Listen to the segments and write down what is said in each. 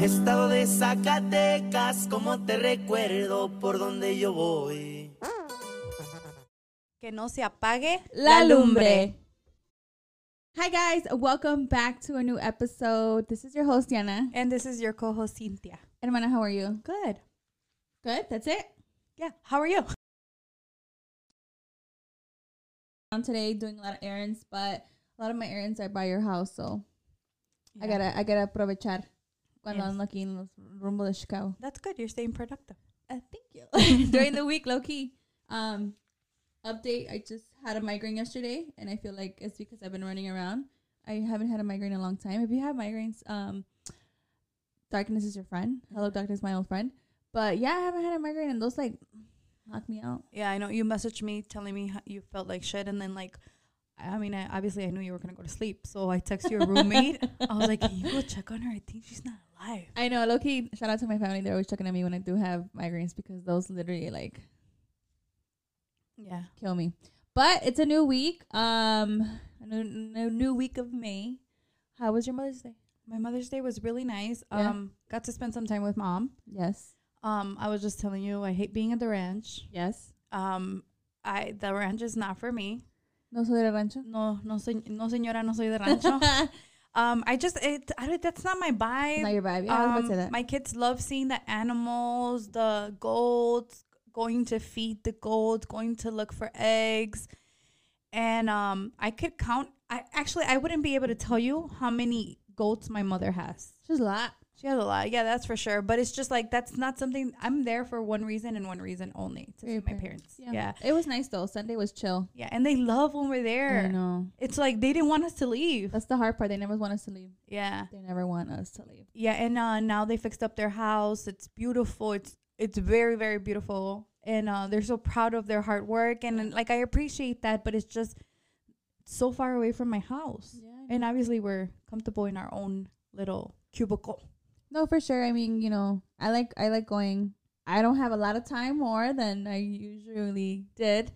Estado de Zacatecas, como te recuerdo por donde yo voy. Que no se apague La lumbre. Hi guys, welcome back to a new episode. This is your host Diana. And this is your co-host Cynthia. Hermana, how are you? Good. Good. That's it. Yeah. How are you? I'm today doing a lot of errands, but a lot of my errands are by your house, so I gotta I gotta aprovechar cuando Yes. I'm looking in los rumbo de Chicago. That's good. You're staying productive. Uh, thank you. During the week, low key. Um, update: I just had a migraine yesterday, and I feel like it's because I've been running around. I haven't had a migraine in a long time. If you have migraines, um, darkness is your friend. Hello, darkness, my old friend. But yeah, I haven't had a migraine, and those like knock me out. Yeah, I know you messaged me telling me how you felt like shit, and then like, I I mean, I, obviously I knew you were gonna go to sleep, so I texted your roommate. I was like, Can you go check on her? I think she's not alive. I know, low key. Shout out to my family; they're always checking on me when I do have migraines because those literally like Yeah. kill me. But it's a new week. Um, a new, new, new week of May. How was your Mother's Day? My Mother's Day was really nice. Yeah. Um, got to spend some time with mom. Yes. Um, I was just telling you, I hate being at the ranch. Yes. Um, I the ranch is not for me. No soy de rancho. No, no, soy, no, señora, no soy de rancho. um, I just, it, I don't, that's not my vibe. not your vibe. Yeah, I was about to um, say that. My kids love seeing the animals, the goats, going to feed the goats, going to look for eggs. And um, I could count, I actually, I wouldn't be able to tell you how many goats my mother has. She's a lot. She has a lot. Yeah, that's for sure. But it's just like, that's not something, I'm there for one reason and one reason only to For your see my parents. yeah. It was nice though. Sunday was chill. Yeah, and they love when we're there. I know. It's like they didn't want us to leave. That's the hard part. They never want us to leave. Yeah. They never want us to leave. Yeah, and uh, now they fixed up their house. It's beautiful. It's it's very very beautiful, and uh, they're so proud of their hard work. And, and, like I appreciate that, but it's just so far away from my house. Yeah. And obviously, we're comfortable in our own little cubicle. No, for sure. I mean, you know, I like I like going. I don't have a lot of time more than I usually did,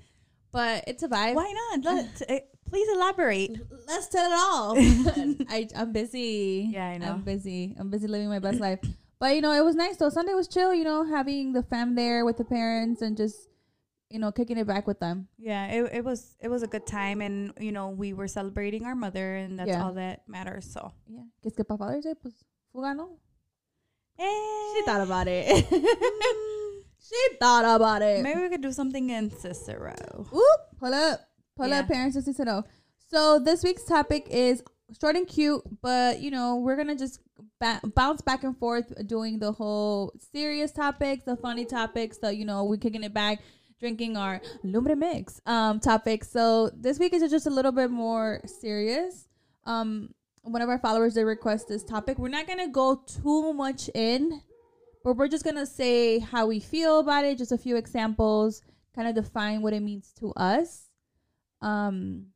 but it's a vibe. Why not? Let eh, please elaborate. Let's tell it all. I, I'm busy. Yeah, I know. I'm busy. I'm busy living my best life. But you know, it was nice though. Sunday was chill. You know, having the fam there with the parents and just you know kicking it back with them. Yeah, it it was it was a good time, and you know we were celebrating our mother, and that's Yeah. all that matters. So. Yeah. Que es que para Father's Day, pues, fugano. Eh. She thought about it. she thought about it. Maybe we could do something in Cicero. Oop, pull up, pull Yeah. up, parents and Cicero. So this week's topic is short and cute, but you know we're gonna just ba- bounce back and forth doing the whole serious topics, the funny topics. So you know we're kicking it back, drinking our lumbre mix um topics. So this week is just a little bit more serious. Um, one of our followers did request this topic. We're not gonna go too much in but we're just gonna say how we feel about it, just a few examples, kind of define what it means to us. Um,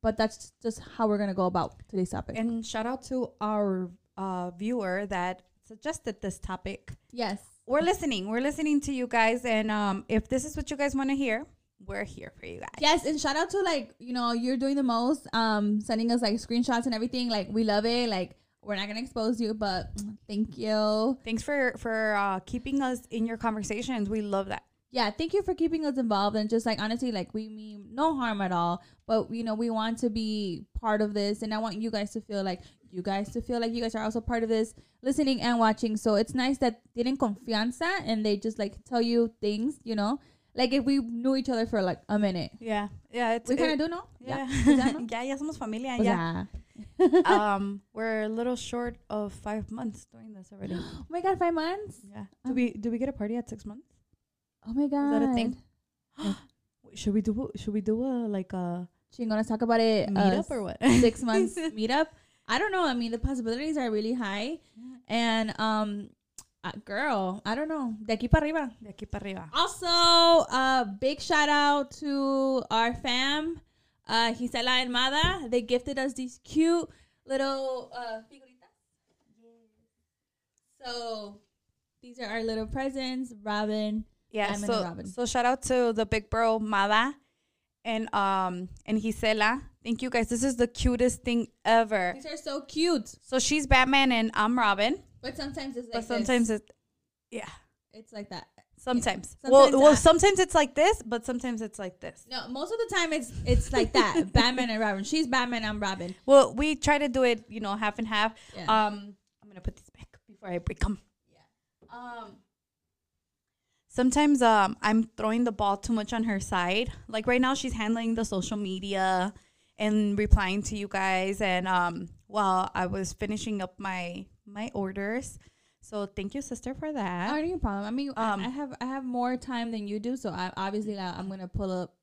but that's just how we're gonna go about today's topic. And shout out to our uh, viewer that suggested this topic. yes, We're listening. We're listening to you guys. And um, if this is what you guys want to hear, we're here for you guys. yes, and shout out to like you know you're doing the most, um, sending us like screenshots and everything. Like we love it. Like we're not gonna expose you, but thank you. Thanks for for uh, keeping us in your conversations. We love that. yeah thank you for keeping us involved and just like honestly like we mean no harm at all but you know we want to be part of this and i want you guys to feel like you guys to feel like you guys are also part of this listening and watching so it's nice that they didn't confianza and they just like tell you things you know like if we knew each other for like a minute Yeah, yeah. It's we it- kind of do know Yeah, yeah yeah, ya, ya somos familia. O Yeah, sea, ah. um, we're a little short of five months doing this already. oh my god five months Yeah, do we do we get a party at six months? oh my god that a thing? Should we do should we do a like a Chingonas, talk about it meetup uh, or what? six months meetup. I don't know. I mean, the possibilities are really high, and um, uh, girl, I don't know. De aquí para arriba. De aquí para arriba. Also, uh, big shout out to our fam, uh, Gisela and Mada. They gifted us these cute little uh, figuritas. So these are our little presents, Robin. Yeah, Diamond so and Robin. so shout out to the big bro Mada and um and Gisela. Thank you guys. This is the cutest thing ever. These are so cute. So she's Batman and I'm Robin. But sometimes it's like but sometimes this. it, yeah, it's like that. sometimes. Sometimes well, well, I- sometimes it's like this, but sometimes it's like this. No, most of the time it's it's like that. Batman and Robin. She's Batman. I'm Robin. Well, we try to do it, you know, half and half. Yeah. Um, I'm gonna put this back before I break them. Um, Sometimes um, I'm throwing the ball too much on her side. Like right now, she's handling the social media and replying to you guys. And um, while I was finishing up my my orders, so thank you, sister, for that. not your problem. I mean, I- Um, I have I have more time than you do, so I obviously like, I'm gonna pull up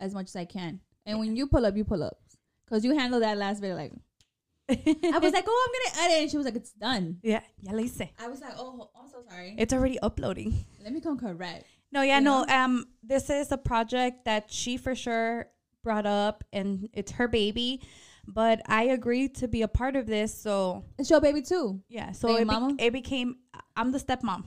as much as I can. And when you pull up, you pull up, cause you handle that last bit like. I was like, oh, I'm gonna edit, and she was like, it's done. yeah, ya le hice. I was like, oh, I'm so sorry. It's already uploading. Let me come correct. No, yeah, You no. Um, this is a project that she for sure brought up, and it's her baby. But I agreed to be a part of this, so It's your baby too. yeah. So Like it, be- mama? it became I'm the stepmom.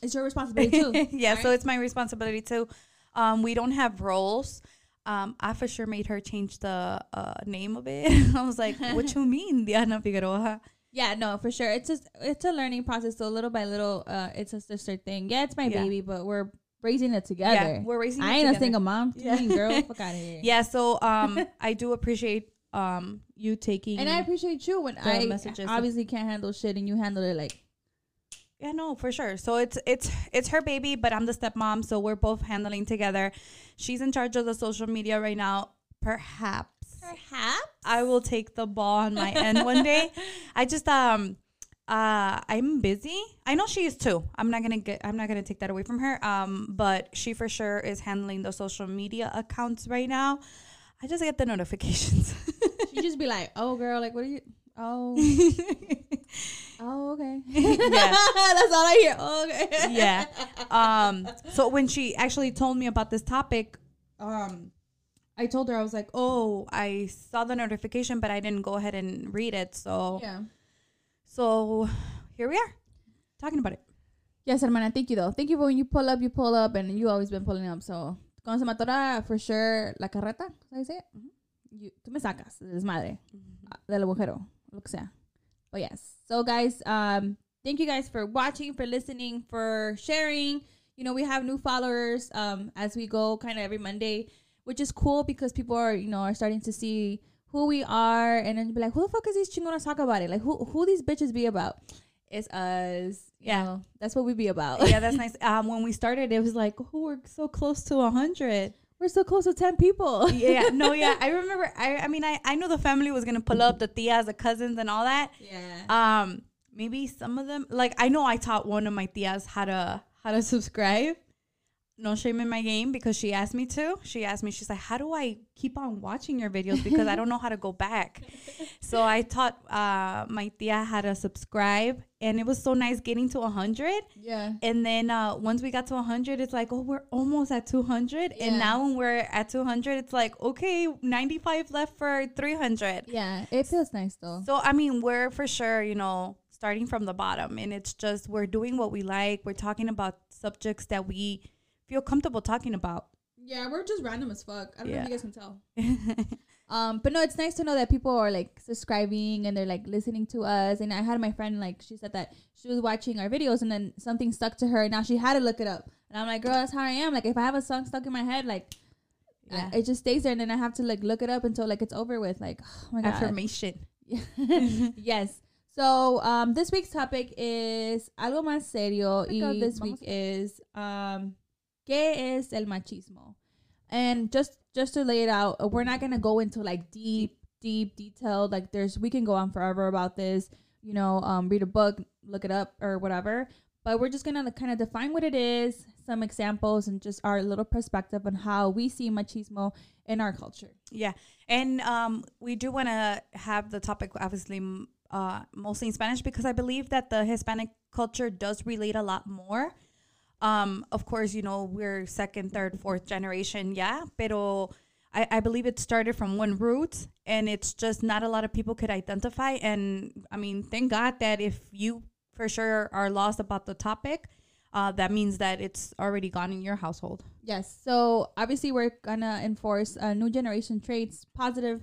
It's your responsibility too. yeah, so right? it's my responsibility too. Um, we don't have roles. Um, I for sure made her change the uh, name of it. I was like, "What you mean, Diana Figueroa?" Yeah, no, for sure. It's just it's a learning process. So little by little, uh, it's a sister thing. Yeah, it's my Yeah. baby, but we're raising it together. Yeah, we're raising. I it ain't a together. single mom. Yeah. Yeah. girl, fuck out of here. Yeah, so um, I do appreciate um you taking And I appreciate you when The I messages. obviously can't handle shit and you handle it like Yeah, no, for sure. So it's it's it's her baby, but I'm the stepmom, so we're both handling together. She's in charge of the social media right now. Perhaps perhaps. I will take the ball on my end one day. I just um uh I'm busy. I know she is too. I'm not gonna get I'm not gonna take that away from her. Um, but she for sure is handling the social media accounts right now. I just get the notifications. You just be like, oh girl, like what are you? Oh, oh okay. yeah. That's all I hear. Oh, okay. yeah. Um, so when she actually told me about this topic, um, I told her I was like, "Oh, I saw the notification, but I didn't go ahead and read it." So, Yeah. so here we are talking about it. Yes, hermana. Thank you, though. Thank you for when you pull up, you pull up, and you always been pulling up. So, con Samatora, for sure, la carreta, ¿sabes how you say it? Mm-hmm. You, tú me sacas, del desmadre, ah, del agujero, lo que sea. But yes. So, guys, um, thank you guys for watching, for listening, for sharing. You know, we have new followers um, as we go kind of every Monday, which is cool because people are, you know, are starting to see who we are and then be like, who the fuck is these chingonas talk about it? Like, who, who these bitches be about? It's us. You Yeah. know, that's what we be about. Yeah, that's nice. Um, when we started, it was like, "Oh, we're so close to hundred. We're so close to 10 people. Yeah, no, yeah. I remember. I, I mean, I, I knew the family was gonna pull up, the tias, the cousins, and all that. Yeah. Um, maybe some of them. Like I know I taught one of my tias how to how to subscribe. No shame in my game because she asked me to. She asked me. She's like, "How do I keep on watching your videos because I don't know how to go back?" so I taught uh, my tia how to subscribe, and it was so nice getting to hundred. yeah. And then uh, once we got to 100, it's like, oh, we're almost at 200. Yeah. And now when we're at 200, it's like, okay, 95 left for 300. Yeah. It feels nice though. So I mean, we're for sure, you know, starting from the bottom, and it's just we're doing what we like. We're talking about subjects that we feel comfortable talking about. Yeah, we're just random as fuck. I don't know if Yeah. you guys can tell. Um, but no, it's nice to know that people are like subscribing and they're like listening to us. And I had my friend like she said that she was watching our videos and then something stuck to her and now she had to look it up. And I'm like, girl, that's how I am. Like if I have a song stuck in my head, like I- Yeah. it just stays there and then I have to like look it up until like it's over with. Like oh my god, Affirmation. yes. So um, this week's topic is algo más serio. my Y God, this vamos week is um, ¿Qué es el machismo? And just just to lay it out, uh, we're not gonna go into like deep, deep detail. Like there's we can go on forever about this. You know, um, read a book, look it up, or whatever. But we're just gonna kind of define what it is, some examples, and just our little perspective on how we see machismo in our culture. Yeah, and um, we do want to have the topic obviously m- uh, mostly in Spanish because I believe that the Hispanic culture does relate a lot more. Um, of course, you know we're second, third, fourth generation, yeah, pero I, I believe it started from one root, and it's just not a lot of people could identify. And I mean, thank God that if you for sure are lost about the topic, uh, that means that it's already gone in your household. Yes. So obviously, we're gonna enforce uh, new generation traits, positive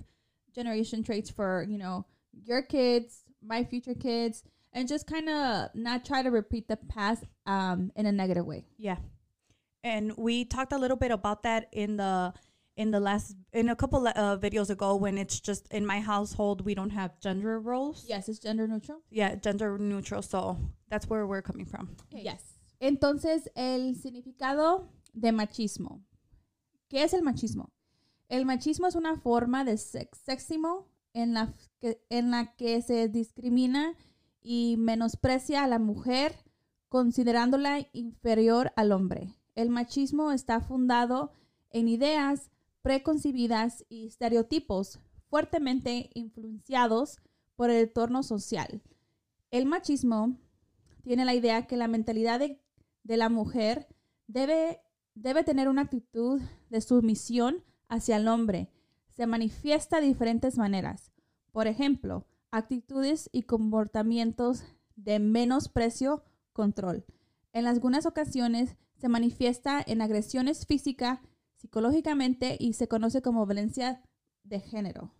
generation traits for you know your kids, my future kids and just kind of not try to repeat the past um in a negative way. Yeah. And we talked a little bit about that in the in the last in a couple uh, videos ago when it's just in my household we don't have gender roles. Yes, it's gender neutral. Yeah, gender neutral. So that's where we're coming from. Yes. Entonces, el significado de machismo. ¿Qué es el machismo? El machismo es una forma de sex- sexismo en la, f- que, en la que se discrimina y menosprecia a la mujer considerándola inferior al hombre. El machismo está fundado en ideas preconcebidas y estereotipos fuertemente influenciados por el entorno social. El machismo tiene la idea que la mentalidad de, de la mujer debe, debe tener una actitud de sumisión hacia el hombre. Se manifiesta de diferentes maneras. Por ejemplo, actitudes y comportamientos de menosprecio, control. En algunas ocasiones se manifiesta en agresiones físicas, psicológicamente y se conoce como violencia de género.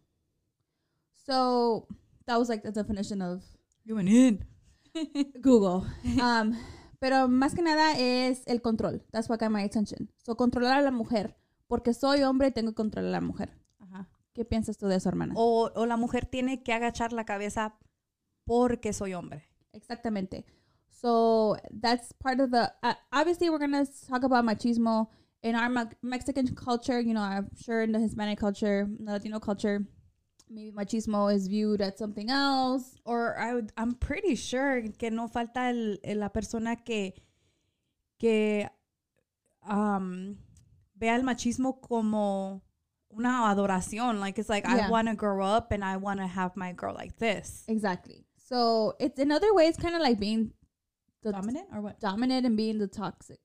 So, that was like the definition of You went in. Google. Um, pero más que nada es el control. That's what got my attention. So, controlar a la mujer. Porque soy hombre y tengo que controlar a la mujer. Ajá. Oh. ¿Qué piensas tú de eso, hermana? O, o la mujer tiene que agachar la cabeza porque soy hombre. Exactamente. So, that's part of the. Uh, obviously, we're going to talk about machismo in our Mex- Mexican culture. You know, I'm sure in the Hispanic culture, the Latino culture, maybe machismo is viewed as something else. Or I would, I'm pretty sure que no falta el, el- la persona que, que um, vea el machismo como una adoración. Like, it's like, I Yeah. want to grow up and I want to have my girl like this. Exactly. So, it's another way, it's kind of like being the Dominant or what? dominant and being the toxic,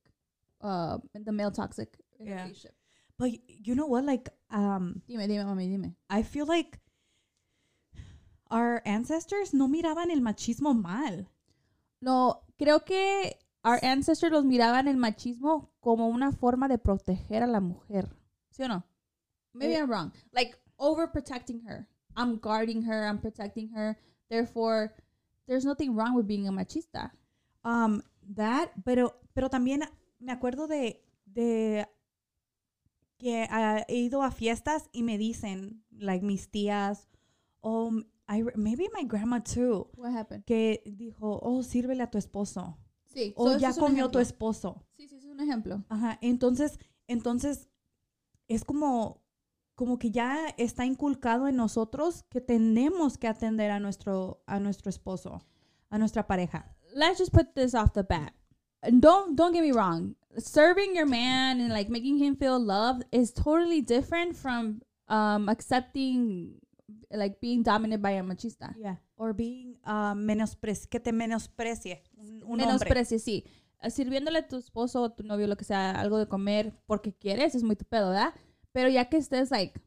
uh, the male toxic in a Yeah. relationship. But y- you know what? Like, um, Dime, dime, mami, dime. I feel like our ancestors no miraban el machismo mal. No, creo que our ancestors los miraban el machismo como una forma de proteger a la mujer. ¿Sí o no? Maybe Eh. I'm wrong. Like overprotecting her. I'm guarding her. I'm protecting her. Therefore, there's nothing wrong with being a machista. Um, that, pero, pero también me acuerdo de, de que ah, he ido a fiestas y me dicen, like mis tías, o m- I re- maybe my grandma too, What happened? que dijo, oh, sírvele a tu esposo, Sí. o so ese ya es un comió tu ejemplo. esposo. Sí, sí, es un ejemplo. Ajá, entonces, entonces es como, como que ya está inculcado en nosotros que tenemos que atender a nuestro, a nuestro esposo, a nuestra pareja. let's just put this off the bat. And don't don't get me wrong. Serving your man and like making him feel loved is totally different from um accepting like being dominated by a machista. Yeah. Or being uh, menospre- que te menosprecie un, un hombre. Menosprecio, sí. Eh, Sirviéndole a tu esposo o tu novio lo que sea algo de comer porque quieres es muy tu pedo, ¿verdad? Pero ya que estés like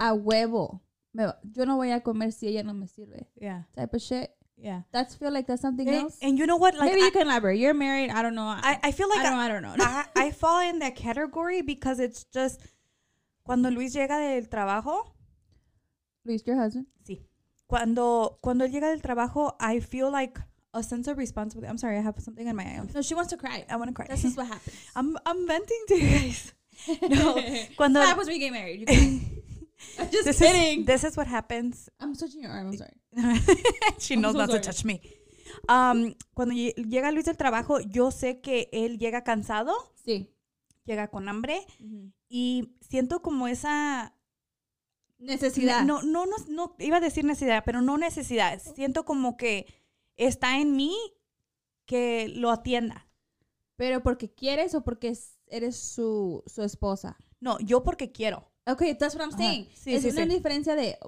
a huevo, me- yo no voy a comer si ella no me sirve. Yeah, Type of shit. yeah. That's feel like that's something And, else. and you know what? Eh, Like Maybe I, you can elaborate. You're married. I don't know. I, I feel like I don't. I don't know. I, I fall in that category because it's just cuando Luis llega del trabajo, Luis, your husband. sí. Cuando cuando él llega del trabajo, I feel like a sense of responsibility. I'm sorry, I have something in my eye. No, she wants to cry. I want to cry. This is what happens. I'm I'm venting to you guys. No, cuando That was when we get married. You guys. I'm just this kidding. is this is what happens I'm touching your arm. I'm sorry. She I'm knows so not to sorry. touch me. Um, cuando lle- llega Luis del trabajo, yo sé que él llega cansado, Sí. llega con hambre Mm-hmm. y siento como esa Necesidad. no, no, no, no, iba a decir necesidad, pero no necesidad. Siento como que está en mí que lo atienda. Pero porque quieres o porque es- eres su, su esposa. No, yo porque quiero. Okay, that's what I'm Ajá. saying. Sí, es sí, una sí. diferencia de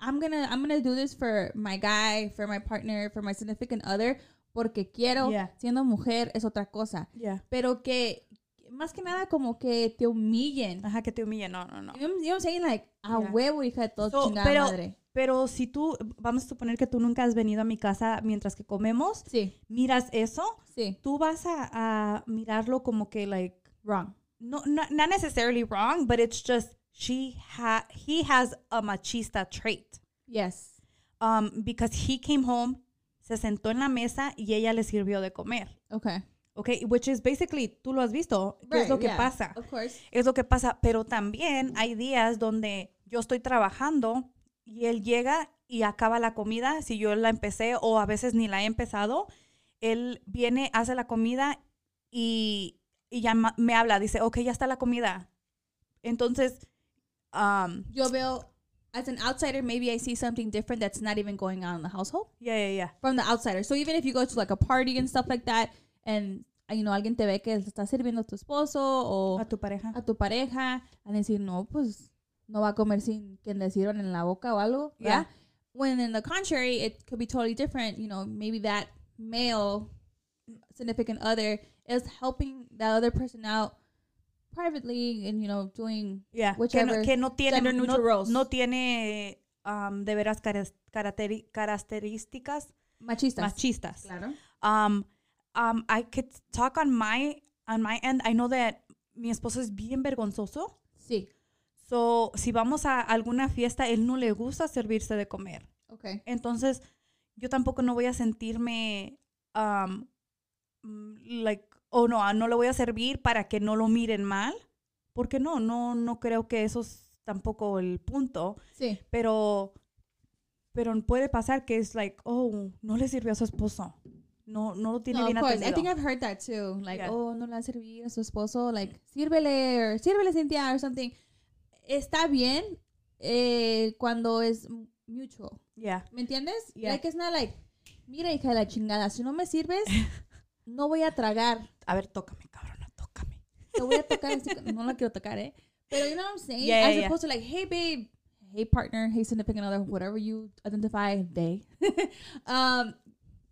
I'm gonna I'm gonna do this for my guy, for my partner, for my significant other, porque quiero. Yeah. Siendo mujer es otra cosa. Pero que más que nada como que te humillen. Ajá, que te humille. No, no, no. You know, you know what I'm saying? Like, a Yeah. huevo, hija de todo So, chingada pero- madre. Pero si tú, vamos a suponer que tú nunca has venido a mi casa mientras que comemos, Sí, miras eso sí. tú vas a, a mirarlo como que like Wrong. no, no not necessarily wrong, but it's just she ha he has a machista trait. Yes. um, because he came home, se sentó en la mesa y ella le sirvió de comer. Okay. Okay, which is basically, tú lo has visto, ¿qué es lo que yeah, pasa? Of course. Es lo que pasa, pero también hay días donde yo estoy trabajando y él llega y acaba la comida, si yo la empecé o a veces ni la he empezado, él viene, hace la comida y, y ya ma- me habla, dice, ok, ya está la comida. Entonces, um, Yo veo, as an outsider, maybe I see something different that's not even going on in the household yeah, yeah, yeah. from the outsider. So even if you go to like a party and stuff like that, and you know, alguien te ve que le está sirviendo a tu esposo o A tu pareja. a tu pareja, a decir, no, pues no va a comer sin que le sirvan en la boca o algo, Yeah. ¿verdad? When in the contrary, it could be totally different. You know, maybe that male significant other is helping that other person out privately and, you know, doing Yeah, que no, Whichever que no tiene, gender neutral no, roles. no tiene um, de veras caras- caracteri- características machistas. machistas. Claro. Um, um, I could talk on my on my end. I know that mi esposo es bien vergonzoso. Sí. So, si vamos a alguna fiesta, él no le gusta servirse de comer. Okay. Entonces, yo tampoco no voy a sentirme um, mm, like, oh no, ah, no le voy a servir para que no lo miren mal. Porque no, no, no creo que eso es tampoco el punto. Sí. Pero, pero puede pasar que es like, oh, no le sirvió a su esposo. No, no lo tiene No, of bien course. I think atendido. I've heard that too. Like, Yeah. oh, no le va a servir a su esposo. Like, sírvele, or sírvele, Cintia, or something. Está bien eh, cuando es mutual. Yeah. ¿Me entiendes? Yeah. Like, it's not like, mira, hija de la chingada, si no me sirves, no voy a tragar. A ver, tócame, cabrona, tócame. Te voy a tocar. así que- no la quiero tocar, eh. Pero, you know what I'm saying? Yeah, yeah, As yeah. opposed to like, hey, babe, hey, partner, hey, significant other, whatever you identify, they. um,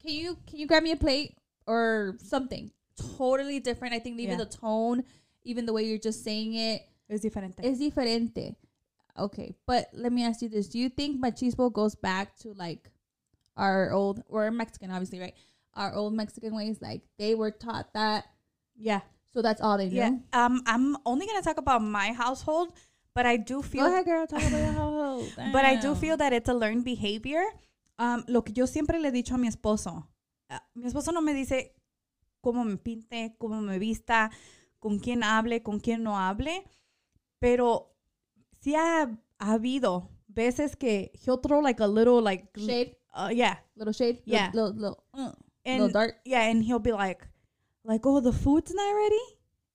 can you can you grab me a plate or something? Totally different. I think even Yeah. the tone, even the way you're just saying it, Es diferente. is diferente. Okay, but let me ask you this: Do you think machismo goes back to like our old, we're Mexican, obviously, right? Our old Mexican ways, like they were taught that, yeah. so that's all they knew. Yeah. Um, I'm only going to talk about my household, but I do feel Go ahead, girl. Talk about your whole. But I Oh. do feel that it's a learned behavior. Um, lo que yo siempre le he dicho a mi esposo, ah, mi esposo no me dice cómo me pinte, cómo me vista, con quién hable, con quién no hable, pero sí ha, ha habido veces que he'll throw like a little like gl- shade, uh, yeah, little shade, Yeah. little, little, little, uh, and little dark. yeah, and he'll be like, like oh the food's not ready,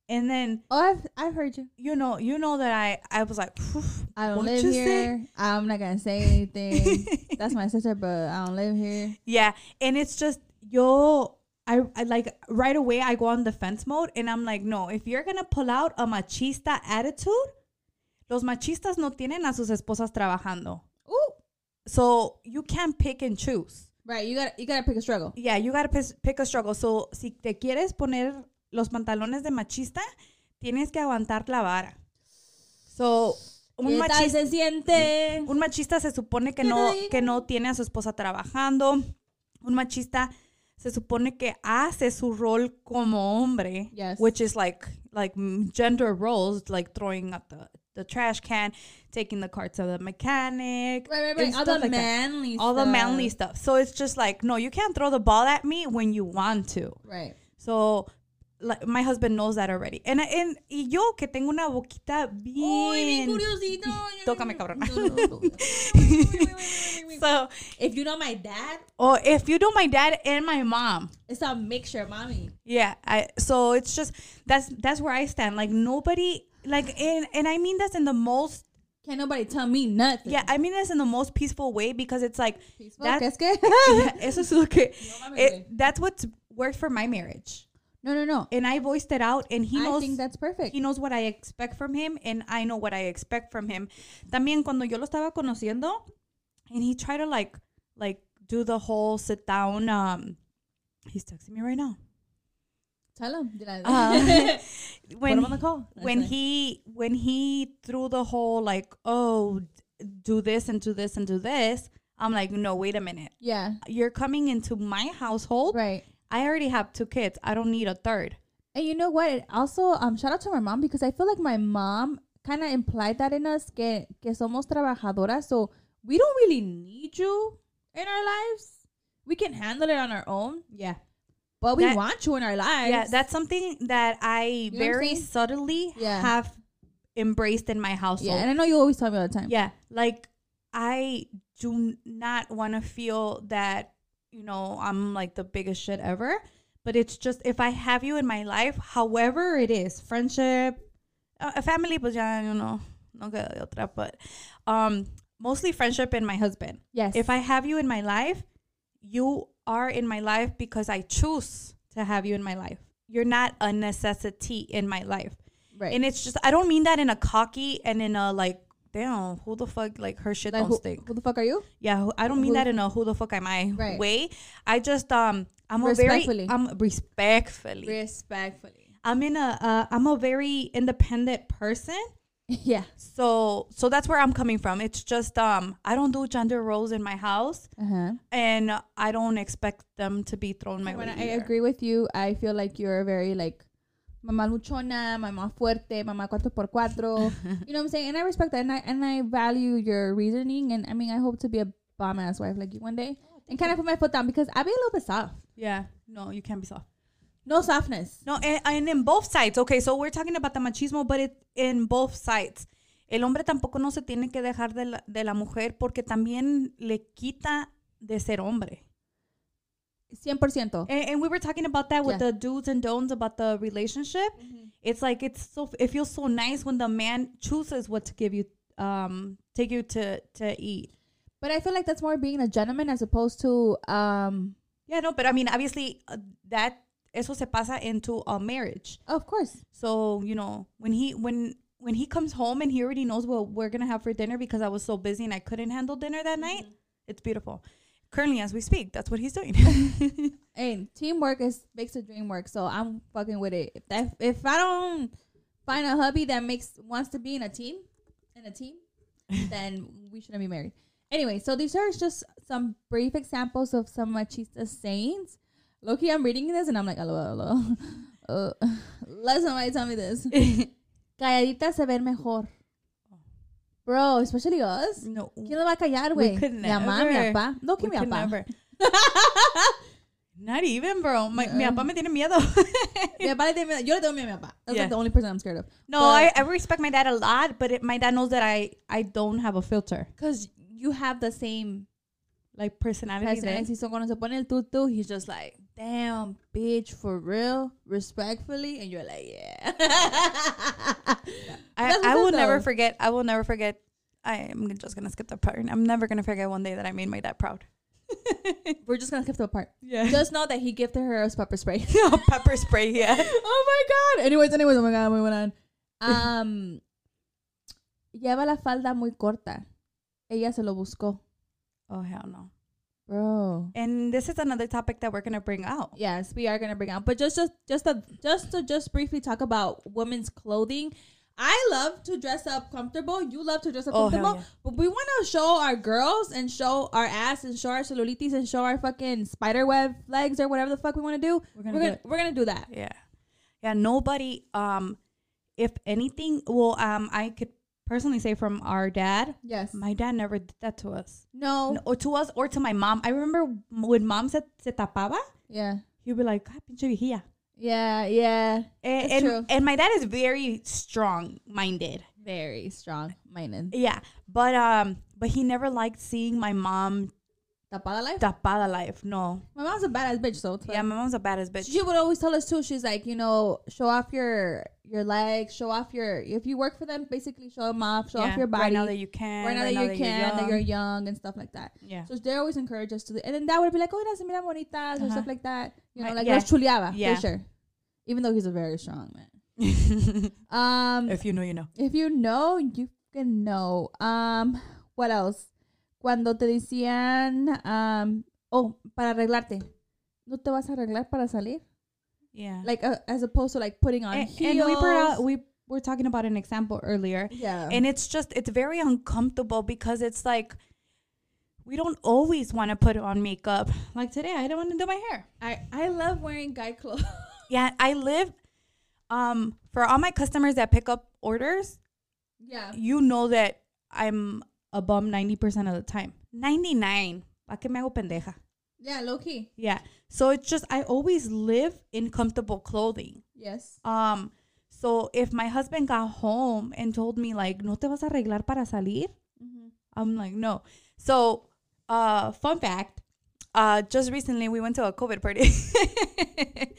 and then Oh, I've I've heard you. you know you know that I I was like "Phew, I don't what live you here. say?" I'm not gonna say anything. That's my sister, but I don't live here. Yeah, and it's just yo. I, I like right away. I go on defense mode, and I'm like, no. If you're gonna pull out a machista attitude, los machistas no tienen a sus esposas trabajando. Ooh, So you can't pick and choose. right. You gotta you gotta pick a struggle. Yeah, you gotta pis- pick a struggle. So si te quieres poner los pantalones de machista, tienes que aguantar la vara. So un ¿Qué tal machista, se siente? un machista se supone que ¿Qué te no, digo? que no tiene a su esposa trabajando. Un machista se supone que hace su rol como hombre, Yes. which is like like mm, gender roles, like throwing out the, the trash can, taking the car to the mechanic, Right, right, and right. All stuff the like that. manly, all the stuff. manly stuff. So it's just like, no, you can't throw the ball at me when you want to. Right. So like my husband knows that already. And and y yo que tengo una boquita bien curiosito. Tócame, cabrona. No, no, no, no. So, if you know my dad, or if you do my dad and my mom, it's a mixture, mommy. Yeah, I so it's just that's that's where I stand. Like nobody like and and I mean that's in the most Can't nobody tell me nothing. yeah, I mean that's in the most peaceful way because it's like Well, that- ¿crees que? eso es lo que mames, güey. it, that's what's worked for my marriage. no, no, no. And I voiced it out and he I knows think that's perfect. he knows what I expect from him and I know what I expect from him. También cuando yo lo estaba conociendo and he tried to like like do the whole sit down um he's texting me right now. Tell him. Did I? Uh, when Put him on the call. when he when he threw the whole like oh d- do this and do this and do this i'm like no wait a minute yeah, you're coming into my household right. i already have two kids i don't need a third And you know what? It also, um, shout out to my mom because I feel like my mom kind of implied that in us que, que somos trabajadoras. So we don't really need you in our lives. We can handle it on our own, Yeah. but we That- want you in our lives. Yeah, that's something that I know what I'm very saying? subtly Yeah. have embraced in my household. yeah. And I know you always tell me all the time. Yeah, like I do n- not want to feel that you know I'm like the biggest shit ever. But it's just if I have you in my life, however it is, friendship, uh, a family, pues ya, you know, no queda de otra, but um, mostly friendship and my husband. Yes. If I have you in my life, you are in my life because I choose to have you in my life. You're not a necessity in my life. right. And it's just I don't mean that in a cocky and in a like, damn, who the fuck like her shit like, don't who, stink. who the fuck are you? Yeah, who- I don't mean who- that in a who the fuck am I Right. way. I just um I'm a very Respectfully. I'm respectfully. Respectfully. I'm in a uh, I'm a very independent person. yeah. So so that's where I'm coming from. It's just um I don't do gender roles in my house Uh huh. and I don't expect them to be thrown my When way. I either. agree with you, I feel like you're very like mama luchona, mama fuerte, mama cuatro por cuatro. you know what I'm saying? And I respect that, and I and I value your reasoning. And I mean, I hope to be a bomb ass wife like you one day, and kind of put my foot down because I be a little bit soft. Yeah. No, you can't be soft. No softness. No, and, and in both sides. Okay, so we're talking about the machismo, but it in both sides. El hombre tampoco no se tiene que dejar de la, de la mujer porque también le quita de ser hombre. Eh, Cien por ciento. And, and we were talking about that with Yeah. the do's and don'ts about the relationship. It's like it's so it feels so nice when the man chooses what to give you, um, take you to to eat. But I feel like that's more being a gentleman as opposed to um. Yeah, no, but I mean, obviously, uh, that eso se pasa into a marriage. Of course. So you know when he when when he comes home and he already knows what we're gonna have for dinner because I was so busy and I couldn't handle dinner that Mm-hmm. night. It's beautiful. Currently, as we speak, that's what he's doing. Hey, teamwork is makes the dream work. So I'm fucking with it. If that, if I don't find a hubby that makes wants to be in a team, in a team, then we shouldn't be married. Anyway, so these are just some brief examples of some machista sayings. Loki, I'm reading this and I'm like, lol, lol. Uh, let somebody tell me this. Calladita se ver mejor. Oh. Bro, especially us. no, ¿Quién lo va a callar, Mm. We güey? could Mi mamá, mi never. papá. No, que we mi could papá. never. Not even, bro. My, mi papá me tiene miedo. mi papá le tiene miedo. Yo le tengo miedo a mi papá. That's Yeah. like the only person I'm scared of. no, I, I respect my dad a lot, but it, my dad knows that I I don't have a filter Because you have the same like personality. that- personality. So cuando se pone el tutu, he's just like, damn, bitch, for real, respectfully. And you're like, yeah. That's I, what's I will up, never though. forget. I will never forget. I am just gonna skip that part. I'm never gonna forget one day that I made my dad proud. We're just going to keep them apart. Yeah. Just know that he gifted her a pepper spray. pepper spray. Yeah. oh my God. Anyways, anyways, oh my God, we went on. Um, lleva la falda muy corta. Ella se lo buscó. Oh hell no. Bro. And this is another topic that we're gonna bring out. Yes, we are gonna bring out. But just just just to, just to just briefly talk about women's clothing. I love to dress up comfortable. You love to dress up Oh, hell comfortable. yeah. But we want to show our girls and show our ass and show our cellulitis and show our fucking spider web legs or whatever the fuck we want to do. We're gonna gonna we're do gonna, it. we're gonna do that. Yeah. Yeah. Nobody. Um, if anything, well, um, I could personally say from our dad. Yes. My dad never did that to us, no. No, or to us, or to my mom. I remember when mom said se tapaba, Yeah. he'd be like, "Ah, pinche viejilla." Yeah. Yeah. And That's and, true. and my dad is very strong minded. Very strong minded. Yeah, but um, but he never liked seeing my mom Tapada life. tapada life. No, My mom's a badass bitch, so it's yeah, my mom's a badass bitch. she would always tell us too. She's like, you know, show off your your legs, show off your if you work for them, basically show them off, show Yeah, off your body. Right now that you can. right now that you you're can, that young. you're young and stuff like that. Yeah. So they always encourage us to, do, and then that would be like, oh, that's mira bonitas or stuff like that. You know, Uh-huh. Right, like yeah. los chuleaba Yeah. for sure. Even though he's a very strong man. um, if you know, you know. if you know, you can know. Um, what else? Cuando te decían, um, oh, para arreglarte. No te vas a arreglar para salir. Yeah. like uh, as opposed to like putting on and, heels. and we brought out, we were talking about an example earlier, yeah, and it's just it's very uncomfortable because it's like we don't always want to put on makeup. Like today, I didn't want to do my hair. I I love wearing guy clothes. Yeah, I live. Um, for all my customers that pick up orders, yeah, you know that I'm a bum 90% of the time. 99. ¿Para qué me hago pendeja? Yeah, low key. Yeah. So it's just I always live in comfortable clothing. Yes. Um, so if my husband got home and told me like, "No te vas a arreglar para salir," Mm-hmm. I'm like, "No." So, uh, fun fact, uh, just recently we went to a COVID party.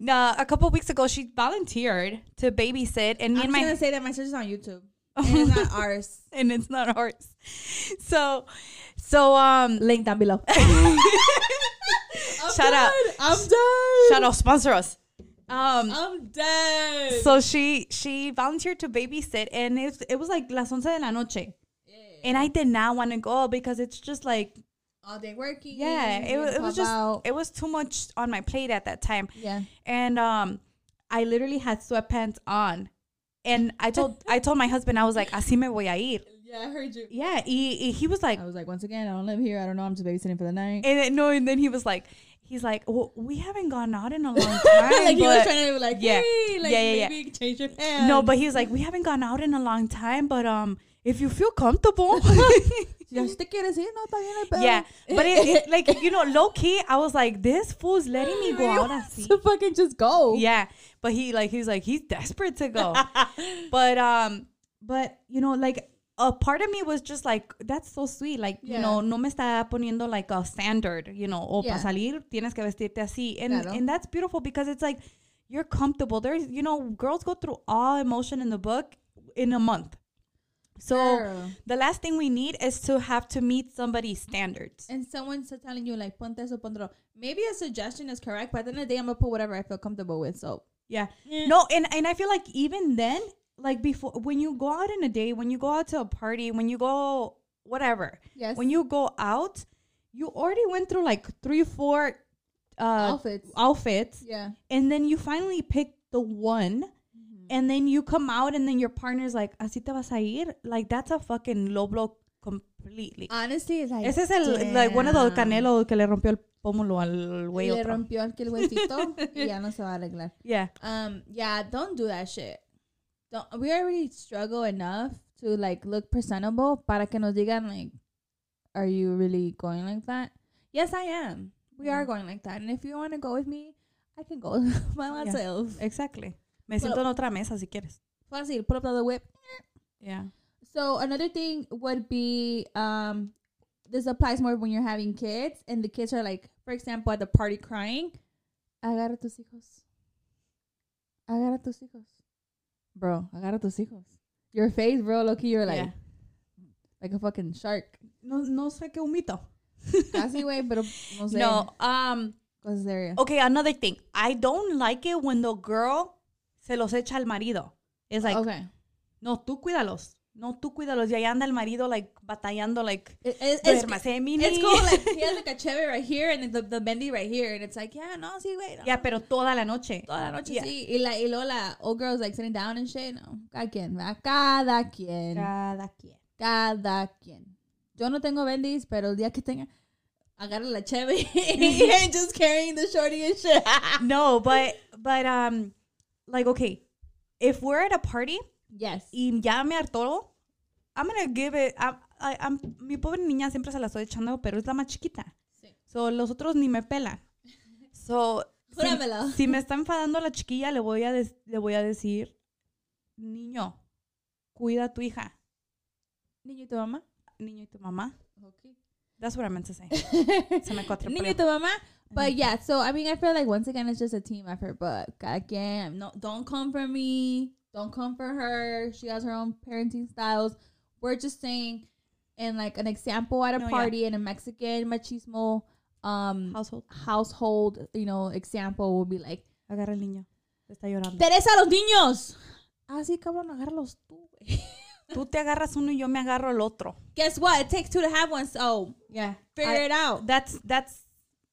now, a couple weeks ago, she volunteered to babysit, and me and I'm just my Oh gonna say that my sister's on YouTube. And it's not ours. and it's not ours. So, so um, Link down below. shout out, I'm dead. shout out, sponsor us. Um, I'm dead. so she she volunteered to babysit and it, it was like las once de la noche and i did not want to go because it's just like all day working. yeah it, wa- didn't it was pop just out. it was too much on my plate at that time yeah. and um i literally had sweatpants on and i told i told my husband i was like así me voy a ir Yeah, I heard you. yeah y, y he was like I was like, once again, I don't live here. I don't know. I'm just babysitting for the night. and then, no and then he was like he's like well, we haven't gone out in a long time like he was but- trying to be like, yeah. hey, like Yeah, yeah, yeah. maybe change your pants. no but he was like we haven't gone out in a long time but um if you feel comfortable Ya si te quieres ir, no, está bien, no hay pedo. Yeah, but it, it- like you know, low key, I was like, this fool's letting me go Maybe out and wants see. to fucking just go. Yeah, but he like he's like he's desperate to go, but um, but you know, like a part of me was just like, that's so sweet, like you Yeah. know, no me está poniendo like a standard, you know, o Yeah. para salir tienes que vestirte así, and Claro. and that's beautiful because it's like you're comfortable. There's you know, girls go through all emotion in the book in a month, so. Girl. The last thing we need is to have to meet somebody's standards. And someone's telling you like, ponte eso, ponte lo. Maybe a suggestion is correct, but at the end of the day, I'm gonna put whatever I feel comfortable with. So Yeah. No, and and I feel like even then, like before, when you go out on a date, when you go out to a party, when you go whatever, Yes. when you go out, you already went through like three, four uh, Outfits. outfits, yeah, and then you finally pick the one. Mm-hmm. And then you come out, and then your partner's like, "Así te vas a ir." Like that's a fucking low blow completely. honestly, it's like Ese es el like one of the Ah, damn. Canelo que le rompió el pómulo al güey Le otro. rompió aquí el huesito y ya no se va a arreglar. Yeah. Um, yeah, don't do that shit. Don't, we already struggle enough to like look presentable. Para que nos digan like, are you really going like that? Yes, I am. We are going like that. And if you want to go with me, I can go by myself. Exactly. Me siento en otra mesa si quieres. Fácil, pull up the other whip. Yeah. So another thing would be um this applies more when you're having kids and the kids are like, for example, at the party crying. Agarra tus hijos. Agarra tus hijos. Bro, agarra tus hijos. Your face, bro, Loki, you're like Yeah. like a fucking shark. No, no sé qué un mito. Casi way, pero no sé. No. Um. Cosas serias. Okay. Another thing. I don't like it when the girl se los echa al marido. It's like, okay. no, tú cuídalos. No, tú cuídalos. Y ahí anda el marido like batallando like. It- it- It's, it's, mini. it's cool. Like he has like a chevy right here and the, the bendy right here, and it's like, yeah, no, see, wait, no. yeah, pero toda la noche. Toda la noche Yeah. sí. Y, la, y luego la old girl's like sitting down and shit. No, cada quien, ¿verdad? Cada quien. Cada quien. Cada quien. Yo no tengo bendis, pero el día que tenga, agarra la cheve and just carrying the shorty and shit. Ah. No, but but um, like okay, if we're at a party yes. y ya me hartó, I'm gonna give it. I, I, I'm, mi pobre niña siempre se la estoy echando, pero es la más chiquita. Sí. So, los otros ni me pelan. So, Júramelo. si, si me está enfadando la chiquilla, le voy, a des- le voy a decir, niño, cuida a tu hija, Niño y tu mamá. niño y tu mamá. That's what I meant to say. Se me cuatro. Niño y tu mamá. But yeah, so I mean, I feel like once again, it's just a team effort. But goddamn, no, don't come for me. Don't come for her. She has her own parenting styles. We're just saying, and like an example at a No, yeah. party in a Mexican machismo um Household. household, you know, example will be like Agarra al niño. Te está llorando. Teresa los niños. Así Ah, cabrón, agárralos tú. güey. Tú te agarras uno y yo me agarro el otro. Guess what? It takes two to have one. So Yeah. figure it out. That's, that's,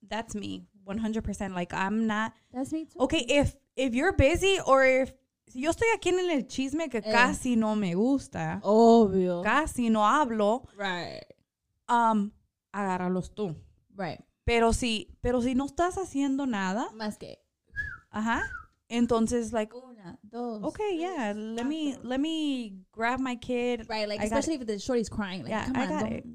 that's me. 100%. Like, I'm not... That's me too. Okay, if if you're busy or if si yo estoy aquí en el chisme que Eh. Oh. casi no me gusta, Obvio. casi no hablo, Right. um, agárralos tú. Right. Pero si pero si no estás haciendo nada, Más que ajá, entonces like una, dos. okay, yeah, let me let me grab my kid. Right, like I got especially if the shorty's crying. Like, Yeah, come I on, got don't- it.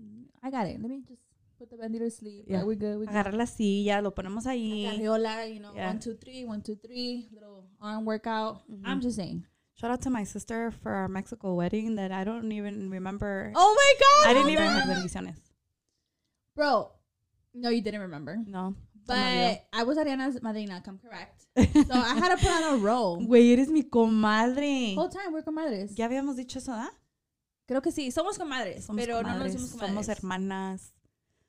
I got it. Let me just put put the bandito to sleep. Yeah. Yeah, we're good. We're good. Agarrar la silla, lo ponemos ahí. Carriola, you know, Yeah. Mm-hmm. one, two, three, one, two, three, little arm workout. I'm just saying. Shout out to my sister for our Mexico wedding that I don't even remember. Oh my god! I didn't even Alma! have bendiciones. Bro, no, you didn't remember. No. But I was Ariana's madrina, come correct. So I had to put on a roll. Güey, eres mi comadre. Whole time we're comadres. Ya habíamos dicho eso, ¿verdad? Creo que sí. Somos comadres, Somos pero no nos comadres, decimos comadres. somos hermanas,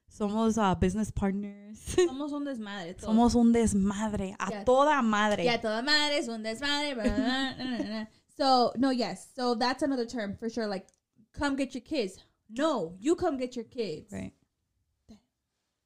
somos ah, business partners, Somos un desmadre. todos. somos un desmadre, a Ya. toda madre. Ya toda madre es un desmadre. blah, blah, blah, nah, nah, nah. So, no, yes. So that's another term for sure. Like, come get your kids. No, you come get your kids. Right.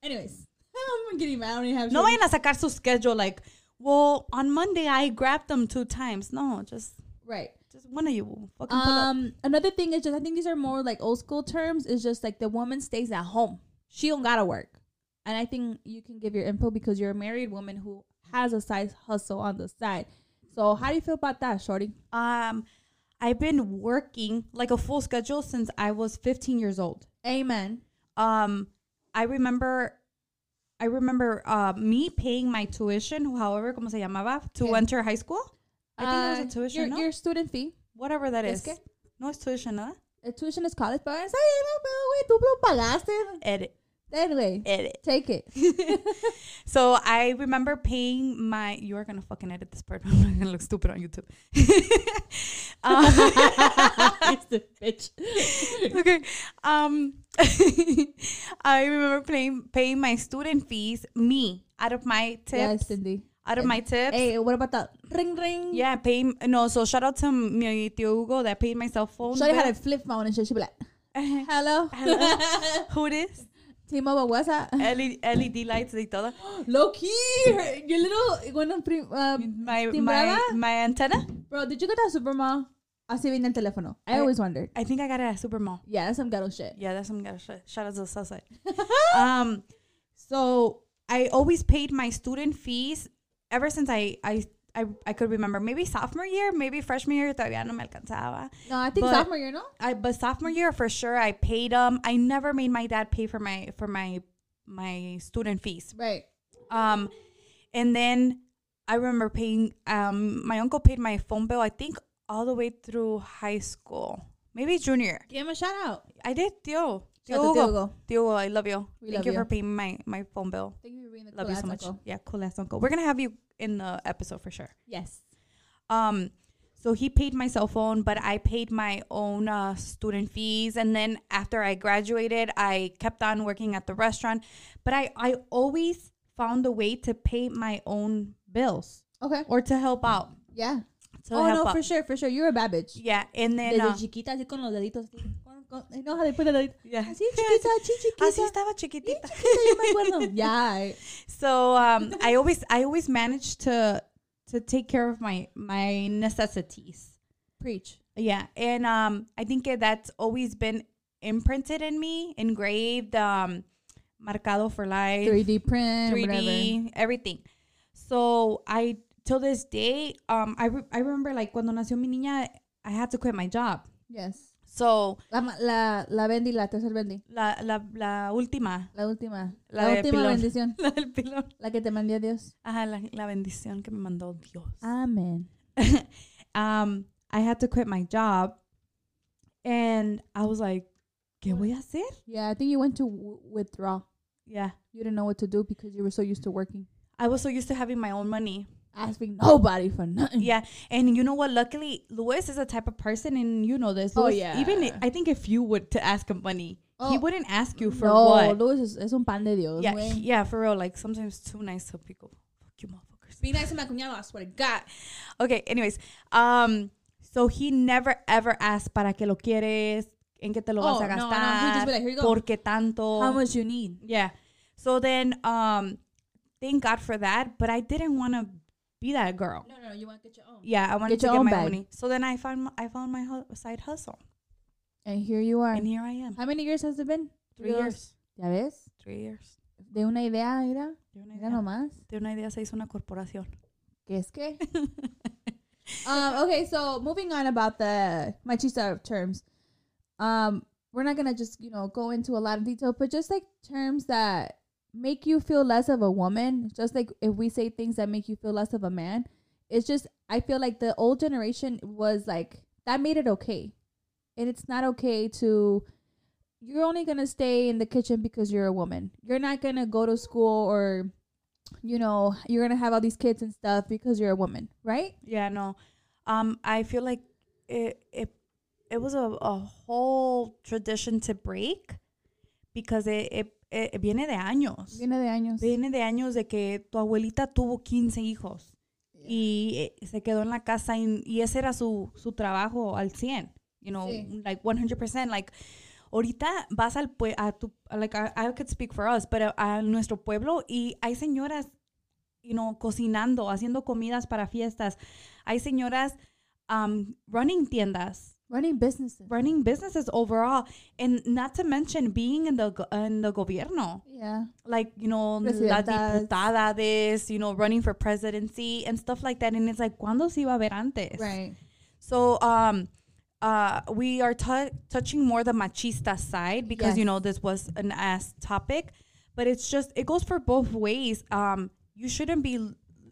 Anyways, I'm getting mad. I don't even have No shit. vayan a sacar su schedule like, well, on Monday I grabbed them two times. No, just Right. just one of you. Fucking pull up. Um, another thing is just I think these are more like old school terms. Is just like the woman stays at home. She don't gotta work, and I think you can give your info because you're a married woman who has a side hustle on the side. So how do you feel about that, Shorty? Um, I've been working like a full schedule since I was 15 years old. Amen. um I remember I remember uh, me paying my tuition, however, como se llamaba, to Okay. enter high school. I think it was a Uh, tuition, your, no? your student fee. Whatever that ¿Es is. qué? No es tuition, ¿no? Uh, tuition is college, but it's like, "Ay, no, pero, güey, tú lo pagaste. Edit, Anyway, edit. take it. So I remember paying my. You are gonna fucking edit this part. I'm gonna look stupid on YouTube. Um, bitch. okay. Um, I remember paying paying my student fees, me out of my tips, Yes, Cindy. out of my tips. Hey, what about that? Ring, ring. Yeah, pay no. So shout out to my tío Hugo that paid my cell phone. Shorty bill. had a flip phone and shit. She'd be like, hello. Who it is? E, T-Mobile, what's up? LED, LED lights y todo. Low key, her- your little bueno, prim, um, My my Timbrada? my antenna. bro. Did you go to Supermall? Así viene el teléfono. I I- always wondered. I think I got it at Super Mall. Yeah, that's some ghetto shit. Yeah, that's some gotta shout, shout out to the south side. um, so I always paid my student fees ever since I I. I, I could remember maybe sophomore year, maybe freshman year, todavía no me alcanzaba. No, I think But- sophomore year, no. I but sophomore year for sure I paid um I never made my dad pay for my for my my student fees. Right. Um, and then I remember paying. Um, my uncle paid my phone bill. I think all the way through high school, maybe junior. Give him a shout out. I did, Tio. Shout out to Tio Hugo. Tio Hugo, I love you. We Thank love you for you. paying my my phone bill. Thank you for being the Love cool you ass so much. uncle. Yeah, cool ass uncle. We're gonna have you in the episode for sure. Yes. Um, so he paid my cell phone, but I paid my own uh, student fees. And then after I graduated, I kept on working at the restaurant. But I, I always found a way to pay my own bills Okay. or to help out. Yeah. To oh help no, out. for sure, for sure. You're a bad bitch. Yeah, and then Desde uh, chiquita así con los deditos. así, con- con- I know how they put the deditos. Yeah. Así chiquita, así chiquita. así ah, estaba chiquitita. Yo me acuerdo. eh, yeah. I- So um, I always I always managed to to take care of my my necessities. Preach. Yeah, and um, I think that's always been imprinted in me, engraved, um, marcado for life, 3D print. 3D. 3D, everything. So I till this day, um, I re- I remember like cuando nació mi niña, I had to quit my job. Yes. So La ma- la la Bendy, la tercer Bendy. la la la última, La última. La La, de última pilón. bendición. la del pilón, La que te mandé Dios. ajá, la, la bendición que me mandó Dios. Ah, Amén. um, I had to quit my job, and I was like, ¿qué voy a hacer? Yeah, I think you went to w- withdraw. Yeah. You didn't know what to do because you were so used to working. I was so used to having my own money. Asking nobody for nothing. Yeah, and you know what? Luckily, Louis is a type of person, and you know this. Oh, Louis, yeah. Even i- I think if you would to ask him money, he Oh. wouldn't ask you for no, what. Luis is, es un pan de Dios. yeah, güey. he- yeah, for real. Like sometimes too nice to people. Fuck you, motherfuckers. Be nice to my cuñado, I swear to God. Okay. Anyways, um, so he never ever asked para qué lo quieres, en qué te lo vas Oh, a no, no, he'd gastar, just be like, "Here you go." por qué tanto. How much you need? Yeah. So then, um, thank God for that. But I didn't want to be that girl. No, no, you want to get your own. Yeah, I wanted Get to your get own my own bag. money. So then I found my, I found my hu- side hustle, And here you are. and here I am. How many years has it been? Three years. Ya ves? Three years. De una idea, mira, De una mira idea, nomás. de una idea se hizo una corporación. ¿Qué es que? um, okay, so moving on about the machista terms. Um, we're not gonna just you know go into a lot of detail, but just like terms that make you feel less of a woman, just like if we say things that make you feel less of a man, it's just I feel like the old generation was like that made it okay, and it's not okay to. You're only gonna stay in the kitchen because you're a woman. You're not gonna go to school or, you know, you're gonna have all these kids and stuff because you're a woman, right? Yeah, no. Um, I feel like it it it was a, a whole tradition to break because it, it, it viene de años. Viene de años. Viene de años de que tu abuelita tuvo 15 hijos y eh, se quedó en la casa y, y ese era su, su trabajo al 100, you know, Sí. like 100%. Like, ahorita vas al pue a tu, like, I, I could speak for us, pero a nuestro pueblo y hay señoras, you know, cocinando, haciendo comidas para fiestas. Hay señoras um, running tiendas Running businesses. running businesses overall, and not to mention being in the go- in the gobierno, Yeah. like you know, la Presidentas. diputada this, you know, running for presidency and stuff like that. And it's like, ¿cuándo se iba a ver antes? Right. So, um, uh, we are tou- touching more the machista side because you Yes. know this was an ass topic, but it's just it goes for both ways. Um, you shouldn't be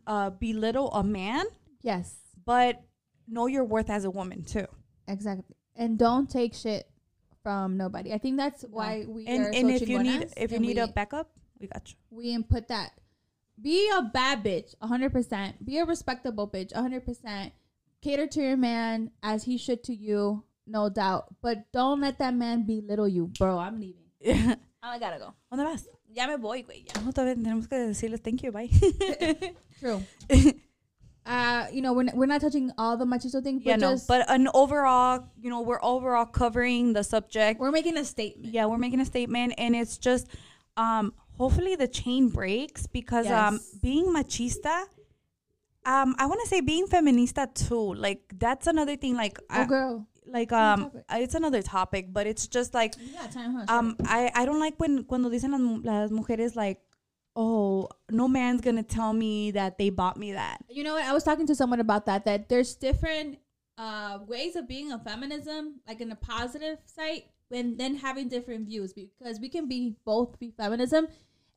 uh, belittle a man, Yes. but know your worth as a woman too. Exactly. And don't take shit from nobody. I think that's why we and, are and if you Xochitl need Bonas, if you and need we, a backup we got you we input that. Be a bad bitch, hundred percent. Be a respectable bitch, hundred percent. Cater to your man as he should to you, no doubt. But don't let that man belittle you, bro. I'm leaving. Ah, I gotta go. ¿Dónde vas? Ya me voy, güey. ya. No, todavía tenemos que decirles thank you, bye. True. uh, you know, we're not, we're not touching all the machismo thing, but yeah, no. just But an overall, you know, we're overall covering the subject. we're making a statement. yeah, we're making a statement, and it's just, um, hopefully the chain breaks because um, Yes. being machista, um, I want to say being feminista too. Like that's another thing. Like, Oh, I- girl. like um, topic. it's another topic, but it's just like You got time, huh? Um, I, I don't like when cuando dicen las, mu- las mujeres like, oh, no man's gonna tell me that they bought me that. You know what? I was talking to someone about that. That there's different uh, ways of being a feminism, like in a positive side, when then having different views because we can be both be feminism,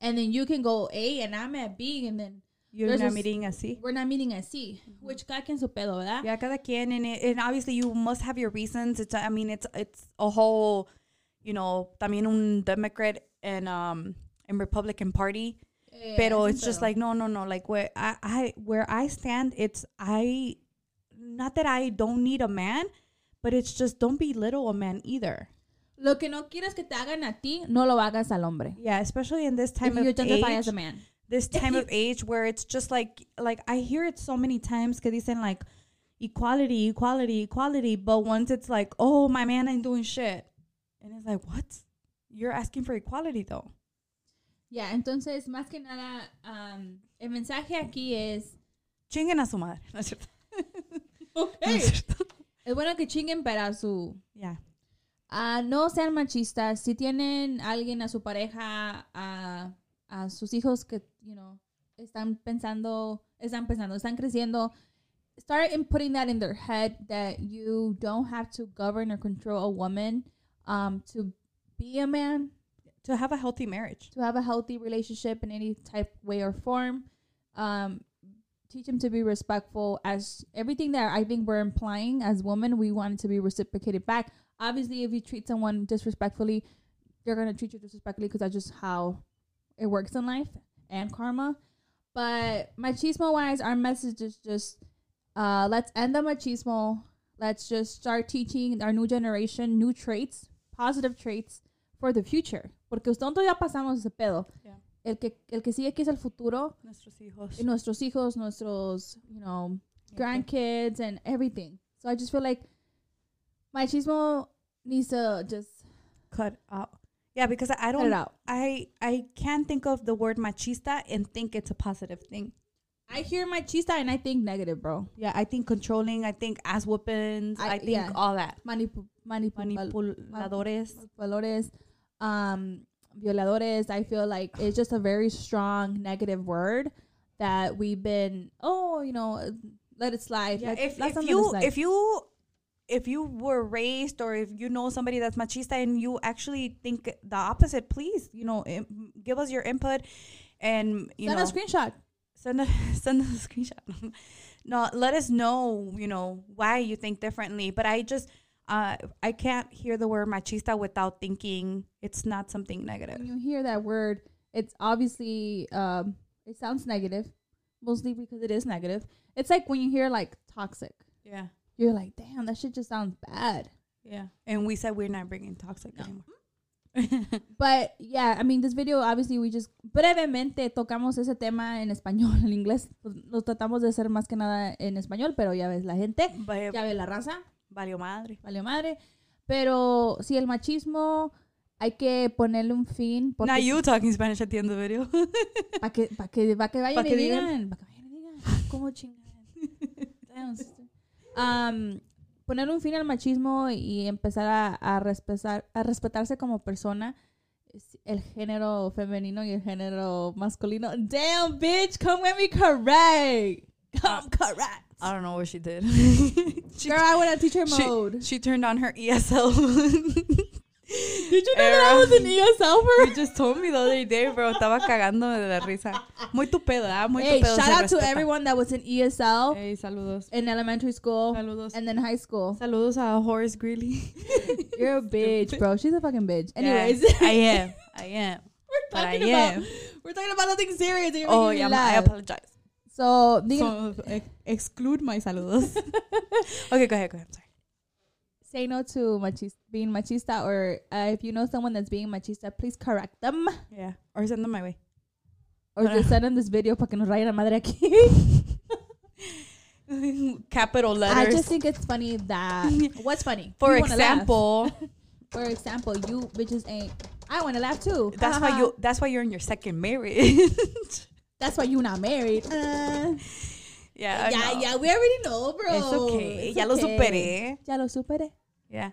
and then you can go A and I'm at B, and then You're There's not this- meeting así. we're not meeting at C, which cada quien su pedo, ¿verdad? Yeah, cada quien, and it, and obviously you must have your reasons. It's I mean it's it's a whole, you know, también un Democrat and um and Republican party. Eh, Pero es un it's just pedo. like no no no like where I, I where I stand it's I not that I don't need a man, but it's just don't belittle a man either. lo que no quieres que te hagan a ti, no lo hagas al hombre. Yeah, especially in this time If of you identify age. as a man, this time of age where it's just like like I hear it so many times because saying like equality, equality, equality, but once it's like, oh my man ain't doing shit. And it's like, what? You're asking for equality though. yeah. Entonces, más que nada, um, el mensaje aquí es Chinguen a su madre. No es cierto. No okay. es cierto. es bueno que chinguen para su Yeah. Ah, no sean machistas. Si tienen a alguien a su pareja, a, a sus hijos que, you know, están pensando, están pensando, están creciendo, start in putting that in their head that you don't have to govern or control a woman um, to be a man, To have a healthy marriage. to have a healthy relationship in any type, way, or form. Um, teach them to be respectful as everything that I think we're implying as women, we want it to be reciprocated back. Obviously, if you treat someone disrespectfully, they're going to treat you disrespectfully because that's just how it works in life and karma. But machismo wise, our message is just uh, let's end the machismo. Let's just start teaching our new generation new traits, positive traits for the future. Porque nosotros ya pasamos ese pedo. Yeah. El, que, el que sigue aquí es el futuro. Nuestros hijos. y Nuestros hijos, nuestros, you know, grandkids and everything. So I just feel like machismo needs to just Cut out. Yeah, because I cut don't it out. I I can't think of the word machista and think it's a positive thing. I hear machista and I think negative, bro. Yeah, I think controlling, I think ass whoopings, I, I- think yeah. all that. Manipu- manipul- Manipuladores. valores, um, violadores. I feel like it's just a very strong negative word that we've been, oh, you know, let it slide. Yeah, let, if, let if something you slide. if you if you were raised or if you know somebody that's machista and you actually think the opposite, please, you know, im- give us your input and you Send know a screenshot. send a, send us a screenshot. no, let us know, you know, why you think differently. But I just uh, I can't hear the word machista without thinking it's not something negative. When you hear that word, it's obviously um, it sounds negative, mostly because it is negative. It's like when you hear like toxic, Yeah. you're like, damn, that shit just sounds bad. Yeah. And we said we're not bringing toxic anymore. But yeah, I mean, this video obviously we just brevemente tocamos ese tema en español, en inglés. Pues, Lo tratamos de hacer más que nada en español, pero ya ves la gente, Vaya- ya ves la raza, valió madre. vale madre. Pero sí, el machismo hay que ponerle un fin. Now porque you talking Spanish at the end of the video. Para que, pa que, pa que vayan Pa y que digan. digan. Pa' que vayan y digan. ¿Cómo chingan? Damn, sister. Um, poner un fin al machismo y empezar a, a, respetar, a respetarse como persona. Es El género femenino y el género masculino. Damn, bitch, come with me correct. Ah, Come correct. I don't know what she did. she, Girl, I went on teacher she, mode. she turned on her E ESL. Did you know that I era. was E an ESLer? You just told me the other day, bro. Estaba cagándome de la risa. Muy tu pedo, ¿ah? Muy Hey, tu pedo. shout se out to respeta. everyone that was in ESL Hey, saludos. in elementary school Eh. Saludos. and then high school. Saludos a Horace Greeley. You're a bitch, bro. She's a fucking bitch. Anyways, Yeah, I am. I am. we're but I talking about am. we're talking about nothing serious. and You're Oh, making me yeah, I laugh. apologize. so, digan- So, ex- exclude my saludos. okay, go ahead, go ahead. I'm sorry. say no to machis- being machista, or uh, if you know someone that's being machista, please correct them, Yeah. Or send them my way. or just send them this video para que nos rayen la madre aquí. Capital letters. I just think it's funny that what's funny. For You wanna laugh. example, for example, you bitches ain't. I want to laugh too. that's why Haha. you that's why you're in your second marriage. That's why you not married. yeah. Uh, I yeah, know. yeah, we already know, bro. It's okay. It's ya lo okay. superé. Ya lo superé. Yeah.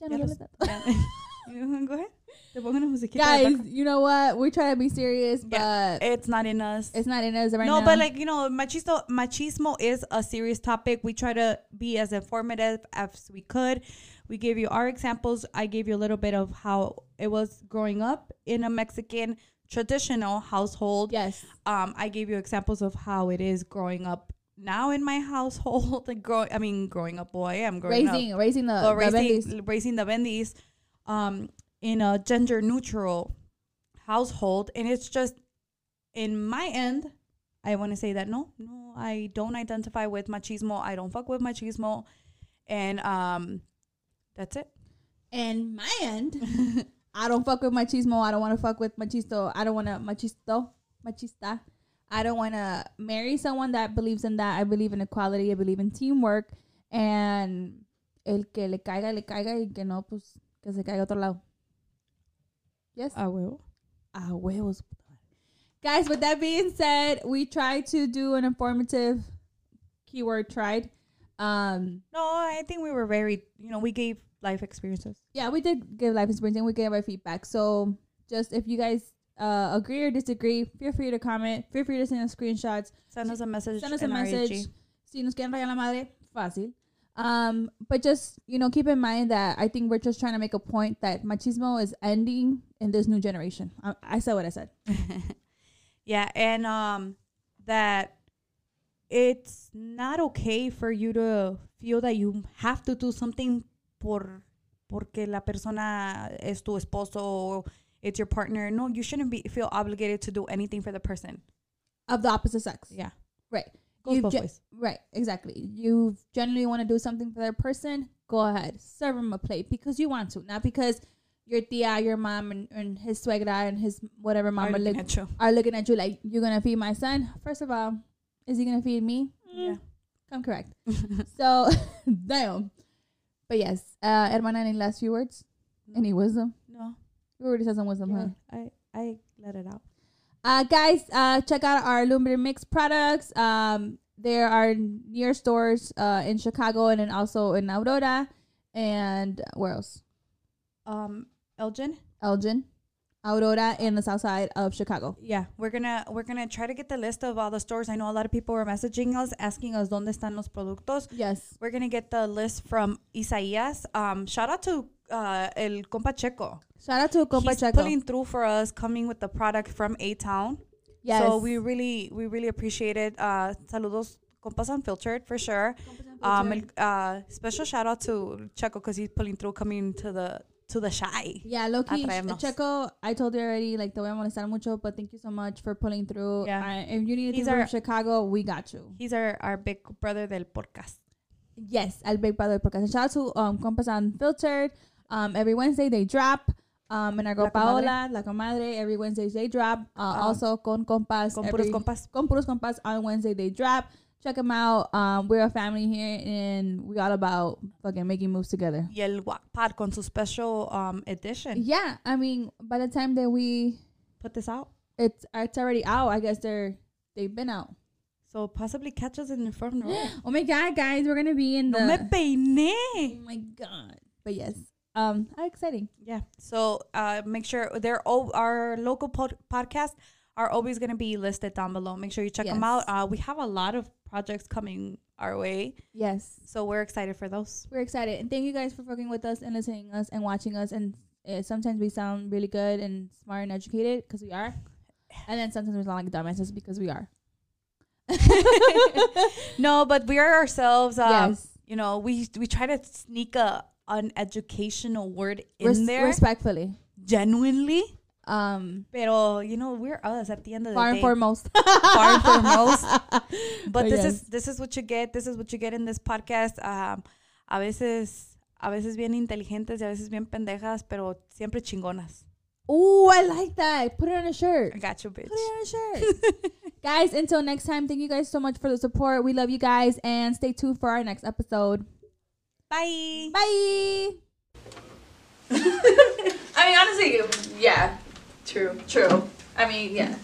Ya Ya lo no lo superé. Go ahead. Te pongo una musiquita. de guys, background. you know what? We're trying to be serious, Yeah, but it's not in us. it's not in us right now. no, but like you know, machismo machismo is a serious topic. We try to be as informative as we could. We gave you our examples. I gave you a little bit of how it was growing up in a Mexican traditional household. yes, um, I gave you examples of how it is growing up now in my household. Like grow, I mean, growing up, boy, I'm growing raising, up, raising the, Well, the raising, babies. raising the bendies, um, in a gender neutral household, and it's just in my end. I want to say that no, no, I don't identify with machismo. I don't fuck with machismo, and um, that's it. And my end, I don't fuck with machismo. I don't want to fuck with machisto. I don't want to machisto, machista. I don't want to marry someone that believes in that. I believe in equality. I believe in teamwork. And el que le caiga, le caiga, y que no, pues que se caiga a otro lado. Yes. I will. Ah, huevos. Guys, with that being said, we tried to do an informative keyword tried. Um, No, I think we were very, you know, we gave life experiences. yeah, we did give life experience and we gave our feedback. So just if you guys uh, agree or disagree, feel free to comment. Feel free to send us screenshots. Send us a message. Send us a in our message. IG. Si nos quieren rayar la madre, fácil. Um, but just you know, keep in mind that I think we're just trying to make a point that machismo is ending in this new generation. I, I said what I said. Yeah, and um that it's not okay for you to feel that you have to do something por porque la persona es tu esposo or it's your partner. No, you shouldn't be feel obligated to do anything for the person. Of the opposite sex. Yeah. Right. Goes You've both ge- ways. Right, exactly. You generally want to do something for that person, go ahead. Serve them a plate because you want to, not because your tia, your mom, and, and his suegra and his whatever mama Are looking look- at you. are looking at you like, you're going to feed my son. First of all, is he going to feed me? Mm, Yeah. Come correct. so, damn. But yes, uh, Hermana, any last few words? Any wisdom? No. You already said some wisdom, huh? I I let it out. Uh, guys, uh, check out our Aluminum Mix products. Um, there are near stores uh, in Chicago and then also in Aurora. And where else? Um Elgin, Elgin. Aurora in the south side of Chicago. Yeah, we're gonna we're gonna try to get the list of all the stores. I know a lot of people were messaging us asking us dónde están los productos. Yes. We're gonna get the list from Isaías. Um, shout out to uh, El Compa Checo. Shout out to Compa He's Checo. pulling through for us, coming with the product from A Town. yes. So we really we really appreciate it. Uh, saludos, compas unfiltered for sure. Um, el- uh, special shout out to Checo because he's pulling through, coming to the to the shy. yeah, Loki, Atraemos. Checo, I told you already, like, te voy a molestar mucho, but thank you so much for pulling through. Yeah. I- if you need anything He's from our- Chicago, we got you. He's our our big brother del podcast. Yes, El Big Brother Podcast. And shout out to um, Compas Unfiltered. Um, every Wednesday they drop. Um, and our girl La Comadre. Paola, La Comadre, every Wednesday they drop. Uh, Um, also, Con Compas. Con every, puros compas. Con Puros Compas on Wednesday they drop. Check them out. Um, we're a family here and we all about fucking making moves together. Y el Wack Pod con su special um, edition. Yeah, I mean, by the time that we, Put this out. it's it's already out. I guess they're they've been out. So possibly catch us in the front row. Oh my god, guys, we're gonna be in the. No me oh peiné. my god. But yes, um, how exciting. Yeah. So uh, make sure they're all our local pod- podcasts are always going to be listed down below. Make sure you check them Yes. out. Uh, we have a lot of projects coming our way, Yes. so we're excited for those. We're excited and thank you guys for fucking with us and listening to us and watching us and uh, sometimes we sound really good and smart and educated because we are, and then sometimes we sound like dumbasses because we are. No, but we are ourselves. Uh, Yes. You know, we we try to sneak a an educational word in Res- there respectfully, genuinely. um, Pero you know, we're us at the end of the far and day. foremost. far and foremost. But But this yes. is this is what you get. This is what you get in this podcast. Um, a veces a veces bien inteligentes y a veces bien pendejas, pero siempre chingonas. Ooh, I like that. Put it on a shirt. I got you, bitch. Put it on a shirt. guys, until next time, thank you guys so much for the support. We love you guys and stay tuned for our next episode. Bye. Bye. I mean, honestly, yeah. True. True. I mean, yeah.